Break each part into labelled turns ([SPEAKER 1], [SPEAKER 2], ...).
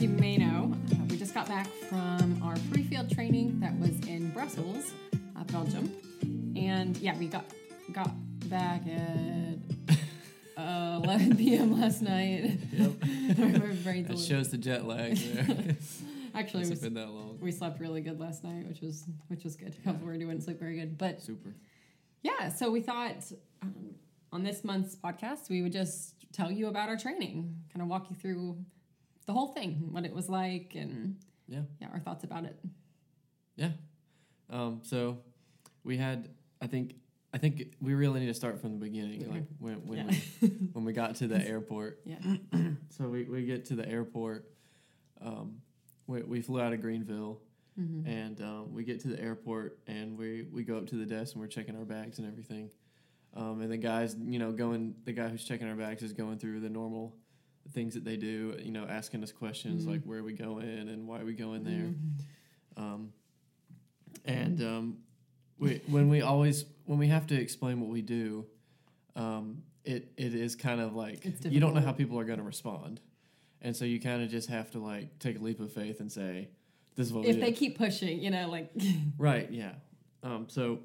[SPEAKER 1] you may know, uh, we just got back from our pre field training that was in Brussels, uh, Belgium. And yeah, we got got back at uh, 11 p.m. last night. Our brains a
[SPEAKER 2] That
[SPEAKER 1] little-
[SPEAKER 2] shows the jet lag there.
[SPEAKER 1] Actually, we,
[SPEAKER 2] Hasn't
[SPEAKER 1] s-
[SPEAKER 2] been that long.
[SPEAKER 1] we slept really good last night, which was which was good. Already wouldn't sleep very good, but
[SPEAKER 2] Super.
[SPEAKER 1] Yeah, so we thought um, on this month's podcast, we would just tell you about our training, kind of walk you through the whole thing, what it was like, and
[SPEAKER 2] Yeah.
[SPEAKER 1] yeah, our thoughts about it.
[SPEAKER 2] Um, so we had, I think, I think we really need to start from the beginning,
[SPEAKER 1] Okay.
[SPEAKER 2] like when when
[SPEAKER 1] Yeah.
[SPEAKER 2] we, when we got to the airport.
[SPEAKER 1] Yeah.
[SPEAKER 2] So we, we get to the airport. Um, we, we flew out of Greenville,
[SPEAKER 1] Mhm.
[SPEAKER 2] and um, we get to the airport, and we we go up to the desk, and we're checking our bags and everything. Um, and the guys, you know, going the guy who's checking our bags is going through the normal things that they do, you know, asking us questions
[SPEAKER 1] Mhm.
[SPEAKER 2] like where we go in and why we go in there.
[SPEAKER 1] Mm-hmm.
[SPEAKER 2] Um, and um, we, when we always when we have to explain what we do, um, it it is kind of like
[SPEAKER 1] It's
[SPEAKER 2] you don't know
[SPEAKER 1] difficult.
[SPEAKER 2] how people are going to respond, and so you kind of just have to like take a leap of faith and say, "This is what
[SPEAKER 1] If
[SPEAKER 2] we do."
[SPEAKER 1] they keep pushing, you know, like
[SPEAKER 2] Right? Yeah. Um, so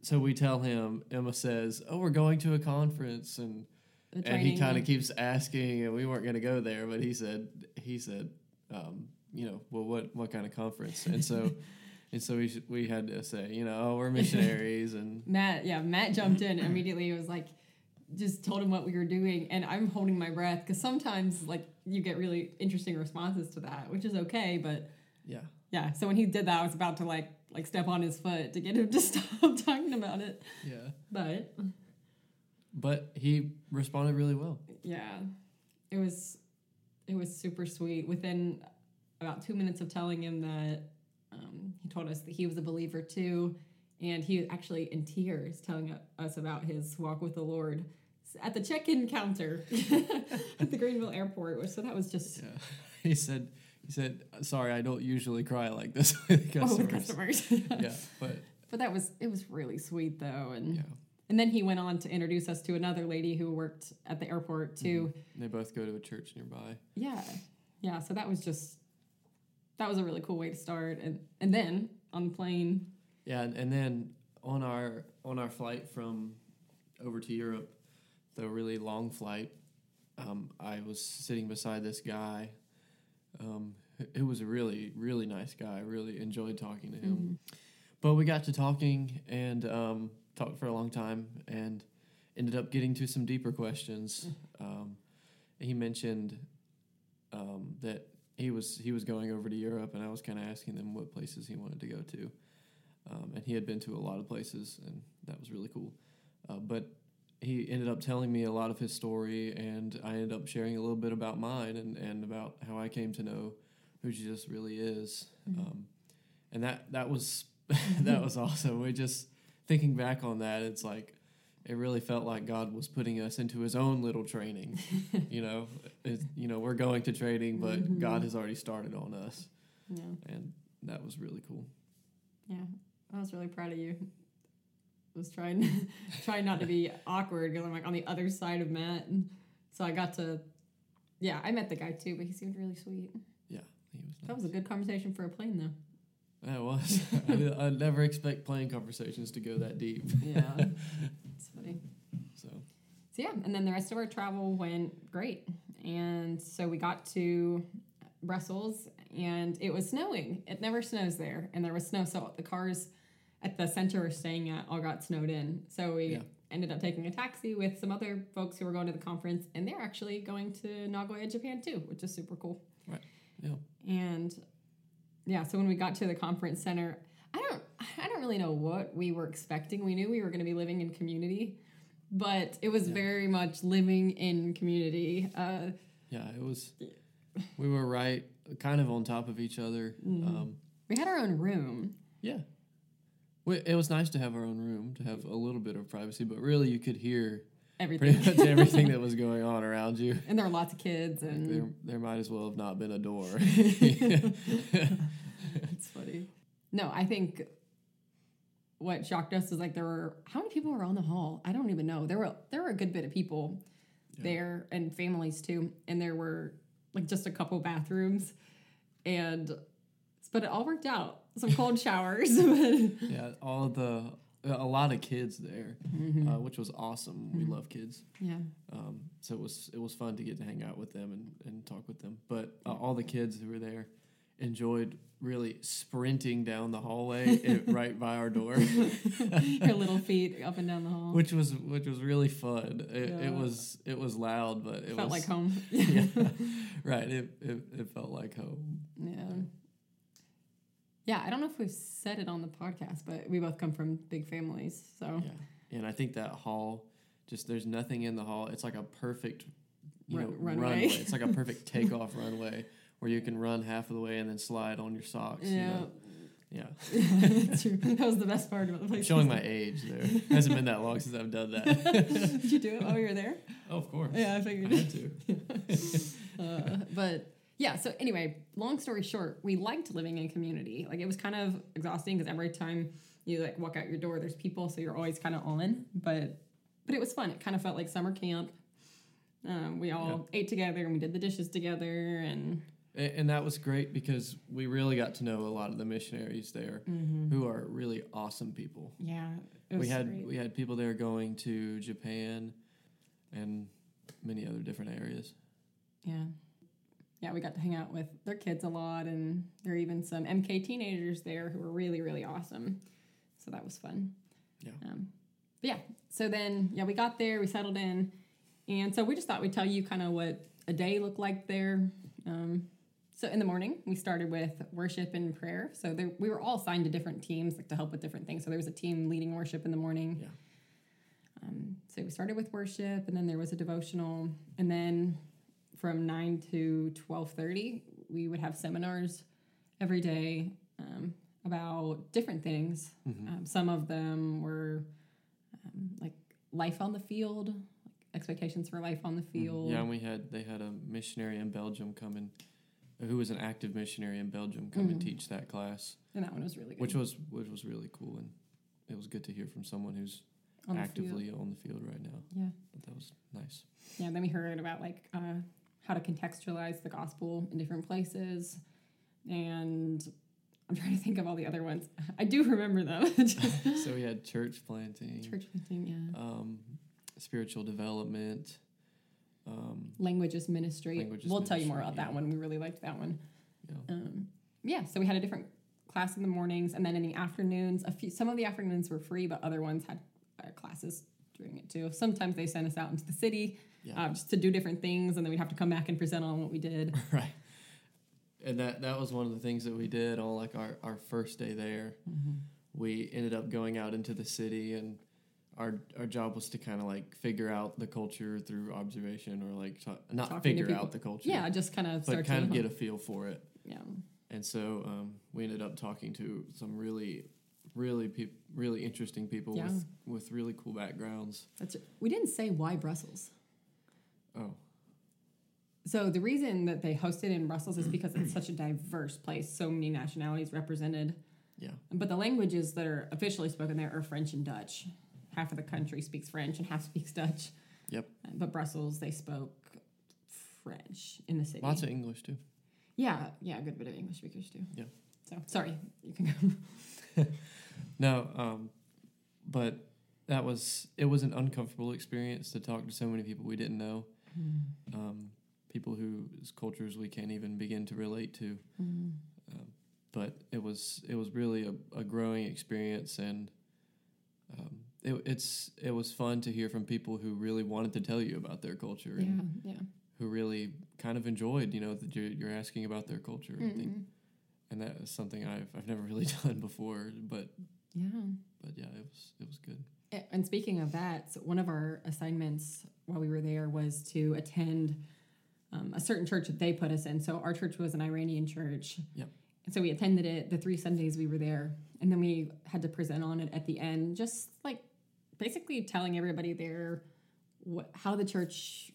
[SPEAKER 2] so we tell him. Emma says, "Oh, we're going to a conference," and
[SPEAKER 1] the
[SPEAKER 2] and he
[SPEAKER 1] training.
[SPEAKER 2] kind of keeps asking, and we weren't going to go there, but he said, he said, um, you know, well, what what kind of conference? And so, and so we sh- we had to say, you know, oh, we're missionaries, and
[SPEAKER 1] Matt, yeah, Matt jumped in immediately. He was like, just told him what we were doing, and I'm holding my breath because sometimes like you get really interesting responses to that, which is okay, but
[SPEAKER 2] yeah,
[SPEAKER 1] Yeah. So when he did that, I was about to like like step on his foot to get him to stop talking about it.
[SPEAKER 2] yeah.
[SPEAKER 1] But
[SPEAKER 2] But he responded really well.
[SPEAKER 1] yeah, it was it was super sweet. Within about two minutes of telling him that, um, he told us that he was a believer too, and he was actually in tears telling us about his walk with the Lord at the check-in counter at the Greenville airport. which- So that was just
[SPEAKER 2] Yeah, he said, he said, sorry, I don't usually cry like this with
[SPEAKER 1] oh, with
[SPEAKER 2] customers.
[SPEAKER 1] customers.
[SPEAKER 2] Yeah, but
[SPEAKER 1] But that was it was really sweet though, and.
[SPEAKER 2] yeah,
[SPEAKER 1] And then he went on to introduce us to another lady who worked at the airport too.
[SPEAKER 2] they both go to a church nearby.
[SPEAKER 1] Yeah. Yeah. So that was just that was a really cool way to start. And and then on the plane,
[SPEAKER 2] Yeah, and, and then on our on our flight from over to Europe, the really long flight, um, I was sitting beside this guy, um, who- who was a really really nice guy. I really enjoyed talking to him. But we got to talking and um, talked for a long time and ended up getting to some deeper questions. Um, he mentioned um, that he was he was going over to Europe, and I was kind of asking them what places he wanted to go to, um, and he had been to a lot of places, and that was really cool. Uh, but he ended up telling me a lot of his story, and I ended up sharing a little bit about mine and, and about how I came to know who Jesus really is.
[SPEAKER 1] Mm-hmm.
[SPEAKER 2] Um, and that that was that was awesome. We just thinking back on that, it's like it really felt like God was putting us into His own little training. you know, it, you know, we're going to training, but
[SPEAKER 1] Mm-hmm.
[SPEAKER 2] God has already started on us,
[SPEAKER 1] Yeah.
[SPEAKER 2] and that was really cool.
[SPEAKER 1] Yeah. I was really proud of you. I was trying trying not to be awkward because I'm like on the other side of Matt. And so I got to yeah, I met the guy too, but he seemed really sweet.
[SPEAKER 2] He was
[SPEAKER 1] That was a good conversation for a plane though.
[SPEAKER 2] nice. That was. I, did- I never expect plane conversations to go that deep.
[SPEAKER 1] Yeah. it's funny.
[SPEAKER 2] So
[SPEAKER 1] So yeah, and then the rest of our travel went great. And so we got to Brussels and it was snowing. It never snows there and there was snow so the cars at the center we're staying at all got snowed in. So we
[SPEAKER 2] Yeah.
[SPEAKER 1] ended up taking a taxi with some other folks who were going to the conference and they're actually going to Nagoya, Japan too, which is super cool.
[SPEAKER 2] yeah,
[SPEAKER 1] And yeah, so when we got to the conference center, I don't I don't really know what we were expecting. We knew we were going to be living in community, but it was
[SPEAKER 2] Yeah.
[SPEAKER 1] very much living in community. Uh,
[SPEAKER 2] yeah, it was. We were right, kind of on top of each other. Um,
[SPEAKER 1] we had our own room.
[SPEAKER 2] Yeah. We, it was nice to have our own room, to have a little bit of privacy, but really you could hear
[SPEAKER 1] Everything.
[SPEAKER 2] pretty much everything that was going on around you.
[SPEAKER 1] and there were lots of kids and
[SPEAKER 2] There, there might as well have not been a door.
[SPEAKER 1] it's funny. No, I think what shocked us was like there were how many people were on the hall? I don't even know. There were there were a good bit of people there and families too, and there were like just a couple bathrooms. and but it all worked out. Some cold showers, but
[SPEAKER 2] yeah, all the a lot of kids there, uh, which was awesome. We love kids,
[SPEAKER 1] yeah,
[SPEAKER 2] um, so it was it was fun to get to hang out with them and, and talk with them. But uh, all the kids who were there enjoyed really sprinting down the hallway and right by our door,
[SPEAKER 1] your little feet up and down the hall.
[SPEAKER 2] which was which was really fun. It,
[SPEAKER 1] Yeah.
[SPEAKER 2] it was it was loud, but it
[SPEAKER 1] Felt
[SPEAKER 2] was
[SPEAKER 1] like home.
[SPEAKER 2] yeah, right. It, it it felt like home.
[SPEAKER 1] Yeah. Yeah, I don't know if we've said it on the podcast, but we both come from big families. So,
[SPEAKER 2] Yeah, and I think that hall, just there's nothing in the hall. It's like a perfect, you
[SPEAKER 1] Run-
[SPEAKER 2] know,
[SPEAKER 1] runway.
[SPEAKER 2] runway. It's like a perfect takeoff runway where you can run half of the way and then slide on your socks. You
[SPEAKER 1] yeah.
[SPEAKER 2] know? Yeah,
[SPEAKER 1] True. That was the best part about the
[SPEAKER 2] I'm
[SPEAKER 1] place.
[SPEAKER 2] showing my age there. hasn't been that long since I've done that.
[SPEAKER 1] Did you do it while you were there?
[SPEAKER 2] oh, of course.
[SPEAKER 1] Yeah, I
[SPEAKER 2] I
[SPEAKER 1] figured.
[SPEAKER 2] had to. Uh-huh.
[SPEAKER 1] Uh, but yeah, so anyway, long story short, we liked living in community. Like it was kind of exhausting because every time you like walk out your door, there's people, so you're always kind of on. But but it was fun. It kind of felt like summer camp. Um, we all ate together and we did the dishes together, and
[SPEAKER 2] A- And, that was great because we really got to know a lot of the missionaries there,
[SPEAKER 1] mm-hmm.
[SPEAKER 2] who are really awesome people.
[SPEAKER 1] yeah, it was
[SPEAKER 2] We had
[SPEAKER 1] great.
[SPEAKER 2] we had people there going to Japan, and many other different areas.
[SPEAKER 1] yeah. Yeah, we got to hang out with their kids a lot, and there were even some MK teenagers there who were really, really awesome. So that was fun.
[SPEAKER 2] Yeah.
[SPEAKER 1] Um, but yeah, so then, yeah, we got there, we settled in, and so we just thought we'd tell you kind of what a day looked like there. Um, so in the morning, we started with worship and prayer. So there, we were all assigned to different teams, like to help with different things. So there was a team leading worship in the morning.
[SPEAKER 2] Yeah.
[SPEAKER 1] Um, so we started with worship, and then there was a devotional, and then from nine to twelve thirty, we would have seminars every day um, about different things.
[SPEAKER 2] Mm-hmm.
[SPEAKER 1] Um, some of them were um, like life on the field, like expectations for life on the field.
[SPEAKER 2] Mm-hmm. Yeah, and we had they had a missionary in Belgium come and who was an active missionary in Belgium come and teach that class,
[SPEAKER 1] and that one was really Mm-hmm. good.
[SPEAKER 2] which was which was really cool, and it was good to hear from someone who's
[SPEAKER 1] on the field.
[SPEAKER 2] actively on the field right now.
[SPEAKER 1] yeah,
[SPEAKER 2] But that was nice.
[SPEAKER 1] yeah. Then we heard about like uh, how to contextualize the gospel in different places, and I'm trying to think of all the other ones. I do remember them. Just
[SPEAKER 2] so we had church planting,
[SPEAKER 1] Church planting, yeah.
[SPEAKER 2] Um, spiritual development. Um,
[SPEAKER 1] Languages ministry.
[SPEAKER 2] Languages
[SPEAKER 1] we'll tell you more about
[SPEAKER 2] ministry,
[SPEAKER 1] that
[SPEAKER 2] yeah.
[SPEAKER 1] one. We really liked that one.
[SPEAKER 2] you know,
[SPEAKER 1] um, yeah, so we had a different class in the mornings, and then in the afternoons, a few some of the afternoons were free, but other ones had uh, classes during it too. Sometimes they sent us out into the city
[SPEAKER 2] Yeah.
[SPEAKER 1] uh, just to do different things, and then we'd have to come back and present on what we did.
[SPEAKER 2] right. And that that was one of the things that we did on like our our first day there. We ended up going out into the city and our our job was to kind of like figure out the culture through observation or like ta- not
[SPEAKER 1] Talking to
[SPEAKER 2] figure
[SPEAKER 1] people.
[SPEAKER 2] out the culture.
[SPEAKER 1] Yeah, just kind of
[SPEAKER 2] But
[SPEAKER 1] start
[SPEAKER 2] kind
[SPEAKER 1] to
[SPEAKER 2] of get a feel for it.
[SPEAKER 1] yeah.
[SPEAKER 2] And so um, we ended up talking to some really really peop really interesting people
[SPEAKER 1] Yeah.
[SPEAKER 2] with with really cool backgrounds.
[SPEAKER 1] That's we didn't say why Brussels.
[SPEAKER 2] Oh,
[SPEAKER 1] So the reason that they hosted in Brussels is because it's such a diverse place, so many nationalities represented.
[SPEAKER 2] yeah.
[SPEAKER 1] But the languages that are officially spoken there are French and Dutch. Half of the country speaks French and half speaks Dutch.
[SPEAKER 2] Yep.
[SPEAKER 1] Uh, But Brussels, they spoke French in the city.
[SPEAKER 2] Lots of English too.
[SPEAKER 1] yeah, yeah, a good bit of English speakers too.
[SPEAKER 2] Yeah.
[SPEAKER 1] So sorry, you can go.
[SPEAKER 2] No, um, but that was it was an uncomfortable experience to talk to so many people we didn't know, um, people whose cultures we can't even begin to relate to. Um, but it was it was really a, a growing experience, and um, it, it's it was fun to hear from people who really wanted to tell you about their culture,
[SPEAKER 1] Yeah,
[SPEAKER 2] and
[SPEAKER 1] yeah.
[SPEAKER 2] who really kind of enjoyed you know that you're, you're asking about their culture. I think,
[SPEAKER 1] Mhm.
[SPEAKER 2] and that is something I've I've never really done before, but
[SPEAKER 1] Yeah.
[SPEAKER 2] but yeah, it was it was good.
[SPEAKER 1] Mm-hmm. A- And speaking of that, so one of our assignments while we were there was to attend um, a certain church that they put us in. So our church was an Iranian church.
[SPEAKER 2] Yep.
[SPEAKER 1] And so we attended it the three Sundays we were there. And then we had to present on it at the end, just like basically telling everybody there what, how the church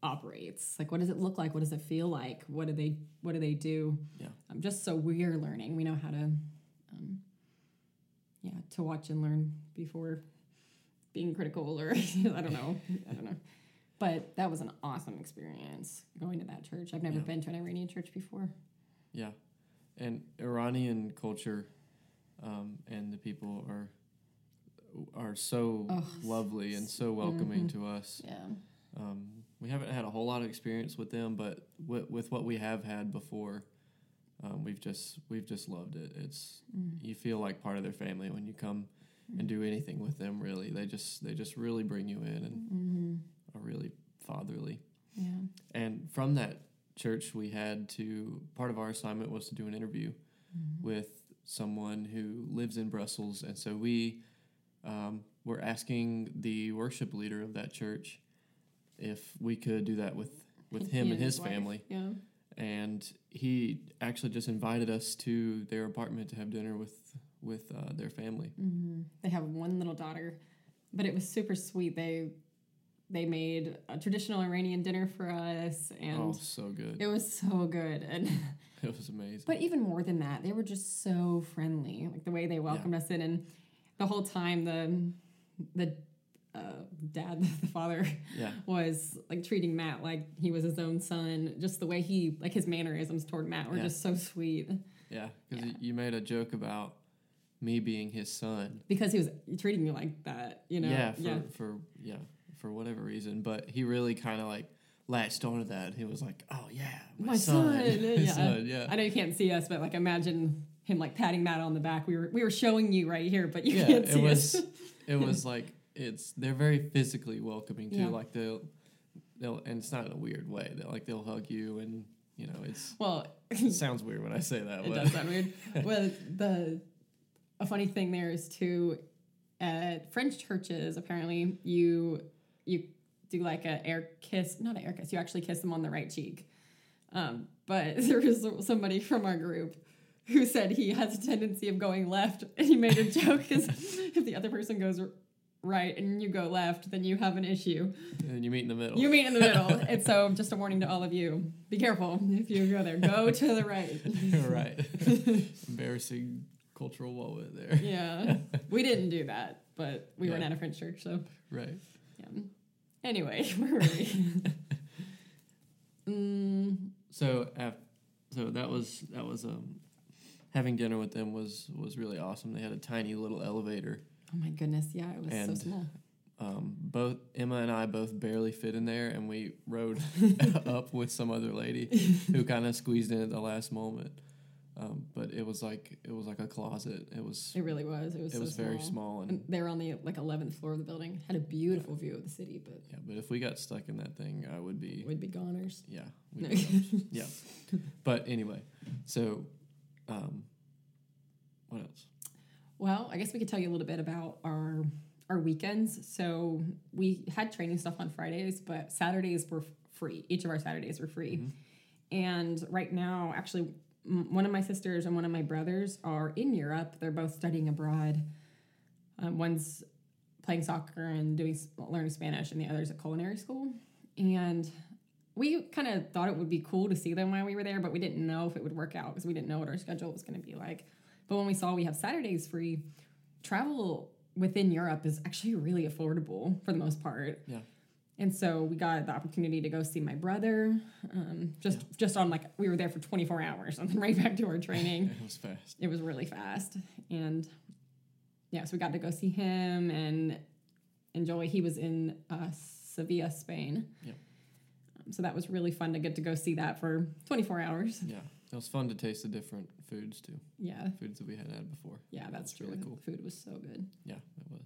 [SPEAKER 1] operates. Like, what does it look like? What does it feel like? What do they, what do they do?
[SPEAKER 2] Yeah.
[SPEAKER 1] Um, just so we're learning, we know how to, um, yeah, to watch and learn before being critical or I don't know. I don't know. But that was an awesome experience going to that church. I've never
[SPEAKER 2] Yeah.
[SPEAKER 1] been to an Iranian church before.
[SPEAKER 2] Yeah, and Iranian culture, um, and the people are are so
[SPEAKER 1] Ugh.
[SPEAKER 2] lovely and so welcoming to us.
[SPEAKER 1] Yeah.
[SPEAKER 2] Um, we haven't had a whole lot of experience with them, but with, with what we have had before, um, we've just we've just loved it. It's
[SPEAKER 1] Mm.
[SPEAKER 2] you feel like part of their family when you come and do anything with them. Really, they just they just really bring you in and
[SPEAKER 1] Mm-hmm.
[SPEAKER 2] are really fatherly.
[SPEAKER 1] Yeah.
[SPEAKER 2] And from that church, we had to part of our assignment was to do an interview
[SPEAKER 1] Mm-hmm.
[SPEAKER 2] with someone who lives in Brussels, and so we um, were asking the worship leader of that church if we could do that with with him and his
[SPEAKER 1] wife.
[SPEAKER 2] family.
[SPEAKER 1] Yeah.
[SPEAKER 2] And he actually just invited us to their apartment to have dinner with with uh, their family.
[SPEAKER 1] hmm They have one little daughter, but it was super sweet. They they made a traditional Iranian dinner for us,
[SPEAKER 2] oh,
[SPEAKER 1] and
[SPEAKER 2] so good!
[SPEAKER 1] it was so good. And
[SPEAKER 2] It was amazing.
[SPEAKER 1] but even more than that, they were just so friendly. Like the way they welcomed us in, and the whole time the the uh, dad, the father,
[SPEAKER 2] yeah,
[SPEAKER 1] was like treating Matt like he was his own son. Just the way he like his mannerisms toward Matt were
[SPEAKER 2] Yeah.
[SPEAKER 1] just so sweet
[SPEAKER 2] yeah. Because you made a joke about me being his son,
[SPEAKER 1] because he was treating me like that. You know.
[SPEAKER 2] yeah, for, for yeah, for whatever reason. But he really kind of like latched onto that. He was like, "Oh yeah, my,
[SPEAKER 1] My
[SPEAKER 2] son,
[SPEAKER 1] son,
[SPEAKER 2] my
[SPEAKER 1] yeah.
[SPEAKER 2] son, yeah."
[SPEAKER 1] I know you can't see us, but like imagine him like patting Matt on the back. We were we were showing you right here, but you
[SPEAKER 2] yeah,
[SPEAKER 1] can't see
[SPEAKER 2] it was
[SPEAKER 1] us.
[SPEAKER 2] it was like it's they're very physically welcoming too.
[SPEAKER 1] Yeah.
[SPEAKER 2] Like they'll they'll and it's not in a weird way. They like they'll hug you and you know it's
[SPEAKER 1] Well,
[SPEAKER 2] it sounds weird when I say that.
[SPEAKER 1] it
[SPEAKER 2] but
[SPEAKER 1] does sound weird. Well, the a funny thing there is too at French churches apparently you you do like a air kiss, not an air kiss. You actually kiss them on the right cheek. Um, but there was somebody from our group who said he has a tendency of going left, and he made a joke because if the other person goes r- right and you go left, then you have an issue.
[SPEAKER 2] and you meet in the middle.
[SPEAKER 1] You meet in the middle, and so just a warning to all of you: be careful if you go there. Go to the right.
[SPEAKER 2] right. Embarrassing cultural moment there.
[SPEAKER 1] Yeah, we didn't do that, but we went
[SPEAKER 2] Yeah.
[SPEAKER 1] out of French church, so
[SPEAKER 2] Right.
[SPEAKER 1] yeah. Anyway, where were we? mm,
[SPEAKER 2] so af- so that was that was um having dinner with them was was really awesome they had a tiny little elevator
[SPEAKER 1] oh my goodness, yeah, it was so
[SPEAKER 2] And-
[SPEAKER 1] small.
[SPEAKER 2] um, both Emma and I both barely fit in there, and we rode up with some other lady who kind of squeezed in at the last moment. Um, but it was like it was like a closet. It was
[SPEAKER 1] It really was. It was.
[SPEAKER 2] it
[SPEAKER 1] so
[SPEAKER 2] was very small, and
[SPEAKER 1] And they were on the like eleventh floor of the building. Had a beautiful view of the city, but
[SPEAKER 2] yeah. But if we got stuck in that thing, I would be
[SPEAKER 1] we'd be goners.
[SPEAKER 2] Yeah. We
[SPEAKER 1] No.
[SPEAKER 2] were dumb. yeah. But anyway, so um, what else?
[SPEAKER 1] Well, I guess we could tell you a little bit about our our weekends. So we had training stuff on Fridays, but Saturdays were f- free. Each of our Saturdays were free. And right now, actually, m- one of my sisters and one of my brothers are in Europe. They're both studying abroad. Um, one's playing soccer and doing s- learning Spanish, and the other's at culinary school. And we kind of thought it would be cool to see them while we were there, but we didn't know if it would work out because we didn't know what our schedule was going to be like. But when we saw we have Saturdays free, travel within Europe is actually really affordable for the most part.
[SPEAKER 2] Yeah.
[SPEAKER 1] And so we got the opportunity to go see my brother, um, just just on like we were there for 24 hours and then right back to our training.
[SPEAKER 2] It was fast.
[SPEAKER 1] it was really fast, and yeah, so we got to go see him and enjoy. He was in uh, Sevilla, Spain.
[SPEAKER 2] Yep.
[SPEAKER 1] Um, so that was really fun to get to go see that for 24 hours.
[SPEAKER 2] Yeah. It was fun to taste the different foods too.
[SPEAKER 1] Yeah,
[SPEAKER 2] Foods that we hadn't had before.
[SPEAKER 1] yeah, that's
[SPEAKER 2] It's
[SPEAKER 1] true.
[SPEAKER 2] really cool.
[SPEAKER 1] The food was so good.
[SPEAKER 2] Yeah, it was.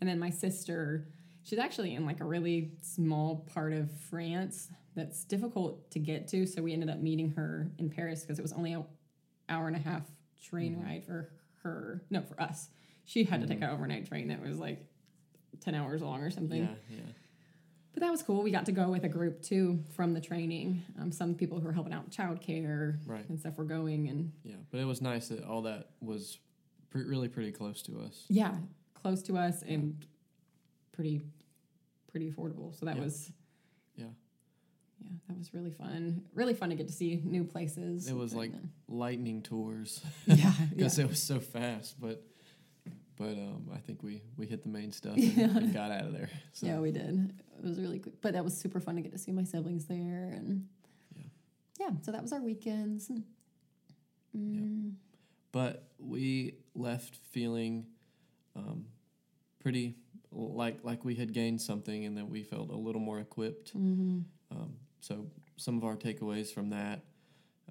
[SPEAKER 1] And then my sister, she's actually in like a really small part of France that's difficult to get to. So we ended up meeting her in Paris because it was only an hour and a half train
[SPEAKER 2] Mhm.
[SPEAKER 1] ride for her. No, for us. She had to take
[SPEAKER 2] Mhm.
[SPEAKER 1] an overnight train that was like 10 hours long or something.
[SPEAKER 2] Yeah, yeah.
[SPEAKER 1] But that was cool. We got to go with a group too from the training. Um, some people who were helping out with childcare
[SPEAKER 2] Right.
[SPEAKER 1] and stuff were going. And
[SPEAKER 2] Yeah. But it was nice that all that was pre- really pretty close to us.
[SPEAKER 1] yeah, close to us and pretty, pretty affordable. So that
[SPEAKER 2] Yeah.
[SPEAKER 1] was
[SPEAKER 2] Yeah.
[SPEAKER 1] Yeah, that was really fun. Really fun to get to see new places.
[SPEAKER 2] It was like- Lightning tours.
[SPEAKER 1] yeah, yeah.
[SPEAKER 2] Because it was so fast, but but um, I think we, we hit the main stuff and, and got out of there. So
[SPEAKER 1] yeah, we did. It was really quick, but that was super fun to get to see my siblings there, and
[SPEAKER 2] Yeah.
[SPEAKER 1] yeah, so that was our weekends. Mm-hmm. And
[SPEAKER 2] Mm. But we left feeling um, pretty like like we had gained something and that we felt a little more equipped.
[SPEAKER 1] Mm-hmm.
[SPEAKER 2] Um, so some of our takeaways from that,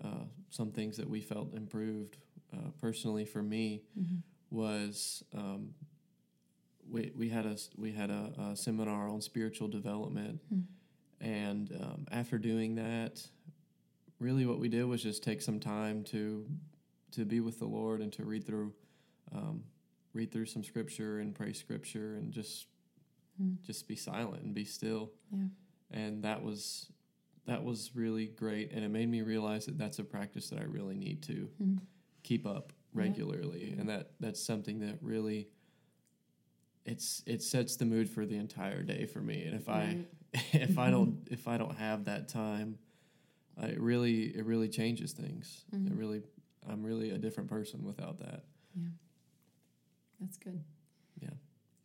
[SPEAKER 2] uh, some things that we felt improved uh, personally for me
[SPEAKER 1] Mm-hmm.
[SPEAKER 2] was um, we, we had a s- we had a, a seminar on spiritual development,
[SPEAKER 1] Mm.
[SPEAKER 2] and um, after doing that, really what we did was just take some time to to be with the Lord and to read through um, read through some scripture and pray scripture and just just be silent and be still
[SPEAKER 1] Yeah.
[SPEAKER 2] and that was that was really great and it made me realize that that's a practice that I really need to
[SPEAKER 1] Mm.
[SPEAKER 2] keep up
[SPEAKER 1] Yeah.
[SPEAKER 2] regularly and that that's something that really it's it sets the mood for the entire day for me and if
[SPEAKER 1] Right.
[SPEAKER 2] I if I don't if I don't have that time I, it really it really changes things it
[SPEAKER 1] Mhm.
[SPEAKER 2] really I'm really a different person without that
[SPEAKER 1] Yeah. That's good.
[SPEAKER 2] Yeah.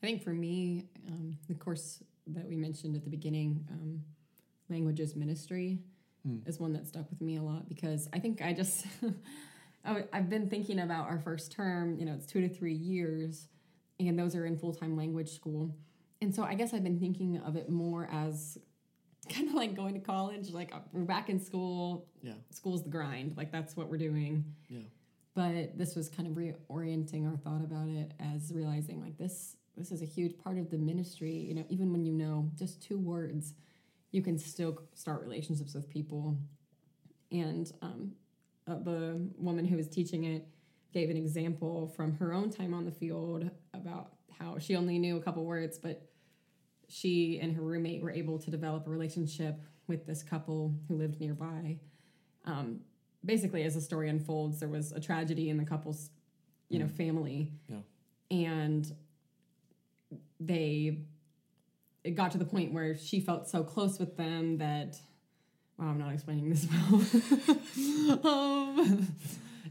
[SPEAKER 1] I think for me, um, the course that we mentioned at the beginning, um, languages ministry,
[SPEAKER 2] Hmm.
[SPEAKER 1] is one that stuck with me a lot because I think I just, I w- I've been thinking about our first term. You know, it's two to three years, and those are in full time language school, and so I guess I've been thinking of it more as kind of like going to college. Like uh, we're back in school.
[SPEAKER 2] yeah
[SPEAKER 1] School's the grind. Like that's what we're doing
[SPEAKER 2] yeah
[SPEAKER 1] but this was kind of reorienting our thought about it as realizing like this this is a huge part of the ministry you know even when you know just two words you can still start relationships with people and um, uh, the woman who was teaching it gave an example from her own time on the field about how she only knew a couple words but she and her roommate were able to develop a relationship with this couple who lived nearby um, basically as the story unfolds there was a tragedy in the couple's you know
[SPEAKER 2] Mhm.
[SPEAKER 1] family
[SPEAKER 2] Yeah.
[SPEAKER 1] and they it got to the point where she felt so close with them that wow i'm not explaining this well um,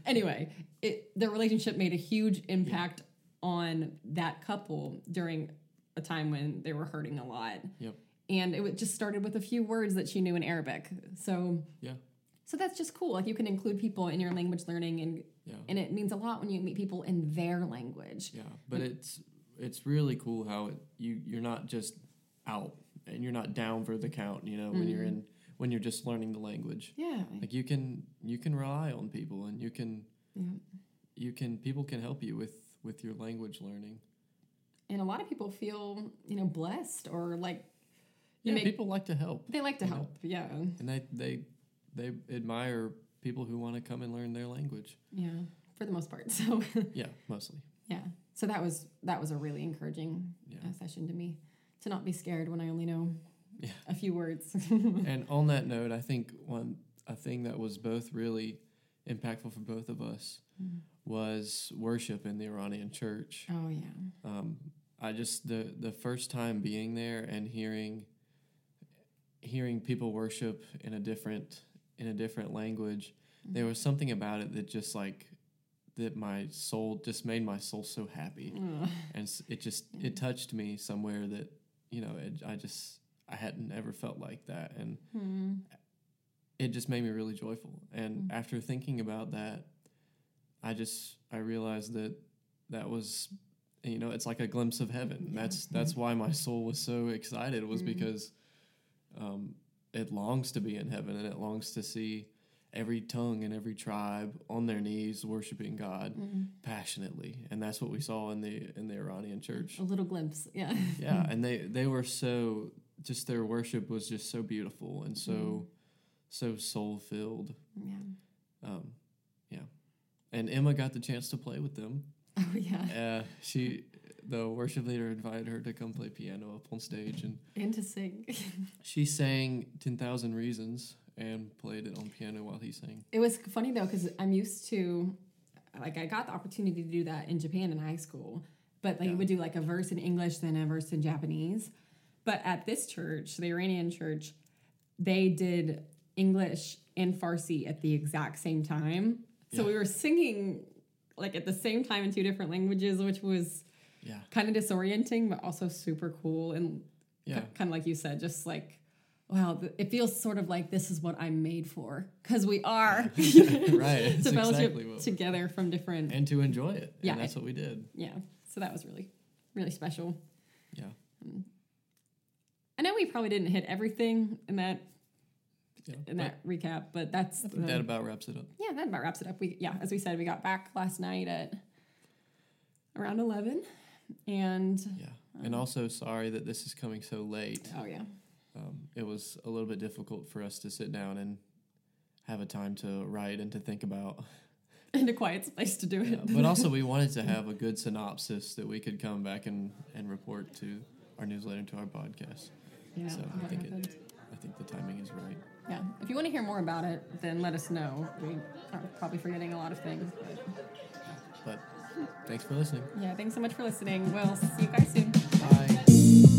[SPEAKER 1] anyway it their relationship made a huge impact on that couple during a time when they were hurting a lot
[SPEAKER 2] Yep.
[SPEAKER 1] and it wa- just started with a few words that she knew in arabic so
[SPEAKER 2] yeah
[SPEAKER 1] so that's just cool. Like you can include people in your language learning, and
[SPEAKER 2] yeah
[SPEAKER 1] and it means a lot when you meet people in their language.
[SPEAKER 2] Yeah, but it's it's really cool how it, you you're not just out and you're not down for the count. You know, when you're
[SPEAKER 1] Mm-hmm.
[SPEAKER 2] in when you're just learning the language,
[SPEAKER 1] Yeah.
[SPEAKER 2] like you can you can rely on people and you can
[SPEAKER 1] yeah.
[SPEAKER 2] you can people can help you with with your language learning.
[SPEAKER 1] And a lot of people feel you know blessed or like you
[SPEAKER 2] Yeah,
[SPEAKER 1] make
[SPEAKER 2] people like to help
[SPEAKER 1] they like to
[SPEAKER 2] you know.
[SPEAKER 1] help. Yeah.
[SPEAKER 2] and they they they admire people who want to come and learn their language.
[SPEAKER 1] Yeah. For the most part. So
[SPEAKER 2] Yeah, mostly.
[SPEAKER 1] yeah. So that was that was a really encouraging
[SPEAKER 2] Yeah.
[SPEAKER 1] uh, session to me to not be scared when I only know
[SPEAKER 2] Yeah.
[SPEAKER 1] a few words.
[SPEAKER 2] and on that note, I think one a thing that was both really impactful for both of us
[SPEAKER 1] Mm.
[SPEAKER 2] was worship in the Iranian church.
[SPEAKER 1] oh yeah.
[SPEAKER 2] Um, I just the the first time being there and hearing hearing people worship in a different in a different language, there was something about it that just like that my soul just made my soul so happy
[SPEAKER 1] Ugh.
[SPEAKER 2] and s- it just it touched me somewhere that you know it, I just I hadn't ever felt like that and
[SPEAKER 1] Hmm.
[SPEAKER 2] it just made me really joyful. And
[SPEAKER 1] Mm.
[SPEAKER 2] after thinking about that, I just I realized that that was you know it's like a glimpse of heaven.
[SPEAKER 1] Yeah. Mm-hmm.
[SPEAKER 2] That's that's why my soul was so excited was
[SPEAKER 1] Mm.
[SPEAKER 2] because um, it longs to be in heaven and it longs to see every tongue and every tribe on their knees worshiping God
[SPEAKER 1] Mm.
[SPEAKER 2] passionately, and that's what we saw in the in the Iranian church.
[SPEAKER 1] A little glimpse. Yeah.
[SPEAKER 2] Yeah,
[SPEAKER 1] Mm.
[SPEAKER 2] and they they were so just their worship was just so beautiful and so
[SPEAKER 1] Mm.
[SPEAKER 2] so soul filled.
[SPEAKER 1] Yeah.
[SPEAKER 2] Um, yeah. And Emma got the chance to play with them.
[SPEAKER 1] Oh yeah.
[SPEAKER 2] Uh, she, the worship leader, invited her to come play piano up on stage, and
[SPEAKER 1] And to sing.
[SPEAKER 2] she sang Ten Thousand Reasons and played it on piano while he sang.
[SPEAKER 1] It was funny though because I'm used to, like, I got the opportunity to do that in Japan in high school, but like,
[SPEAKER 2] Yeah.
[SPEAKER 1] you would do like a verse in English, then a verse in Japanese. But at this church, the Iranian church, they did English and Farsi at the exact same time. So
[SPEAKER 2] Yeah.
[SPEAKER 1] we were singing like at the same time in two different languages, which was
[SPEAKER 2] Yeah,
[SPEAKER 1] kind of disorienting, but also super cool and
[SPEAKER 2] yeah,
[SPEAKER 1] kind of like you said, just like wow, th- it feels sort of like this is what I'm made for because we are.
[SPEAKER 2] right. It's
[SPEAKER 1] to fellowship
[SPEAKER 2] exactly what. we-
[SPEAKER 1] together from different.
[SPEAKER 2] And to enjoy it.
[SPEAKER 1] Yeah,
[SPEAKER 2] And that's what we did.
[SPEAKER 1] yeah, so that was really, really special.
[SPEAKER 2] Yeah.
[SPEAKER 1] Um, I know we probably didn't hit everything in that
[SPEAKER 2] Yeah.
[SPEAKER 1] in
[SPEAKER 2] but
[SPEAKER 1] that recap, but that's
[SPEAKER 2] I think
[SPEAKER 1] the-
[SPEAKER 2] that about wraps it up.
[SPEAKER 1] yeah, that about wraps it up. We yeah, as we said, we got back last night at around eleven, and
[SPEAKER 2] Yeah. And also sorry that this is coming so late.
[SPEAKER 1] oh Um, yeah,
[SPEAKER 2] Um, it was a little bit difficult for us to sit down and have a time to write and to think about.
[SPEAKER 1] and a quiet place to do it.
[SPEAKER 2] Yeah, but also, we wanted to have a good synopsis that we could come back and, and report to our newsletter and to our podcast.
[SPEAKER 1] Yeah,
[SPEAKER 2] so I
[SPEAKER 1] that
[SPEAKER 2] think
[SPEAKER 1] happened.
[SPEAKER 2] it, I think the timing is right.
[SPEAKER 1] yeah. If you want to hear more about it, then let us know. We are probably forgetting a lot of things. But
[SPEAKER 2] But thanks for listening.
[SPEAKER 1] yeah, thanks so much for listening. We'll see you guys soon.
[SPEAKER 2] Bye.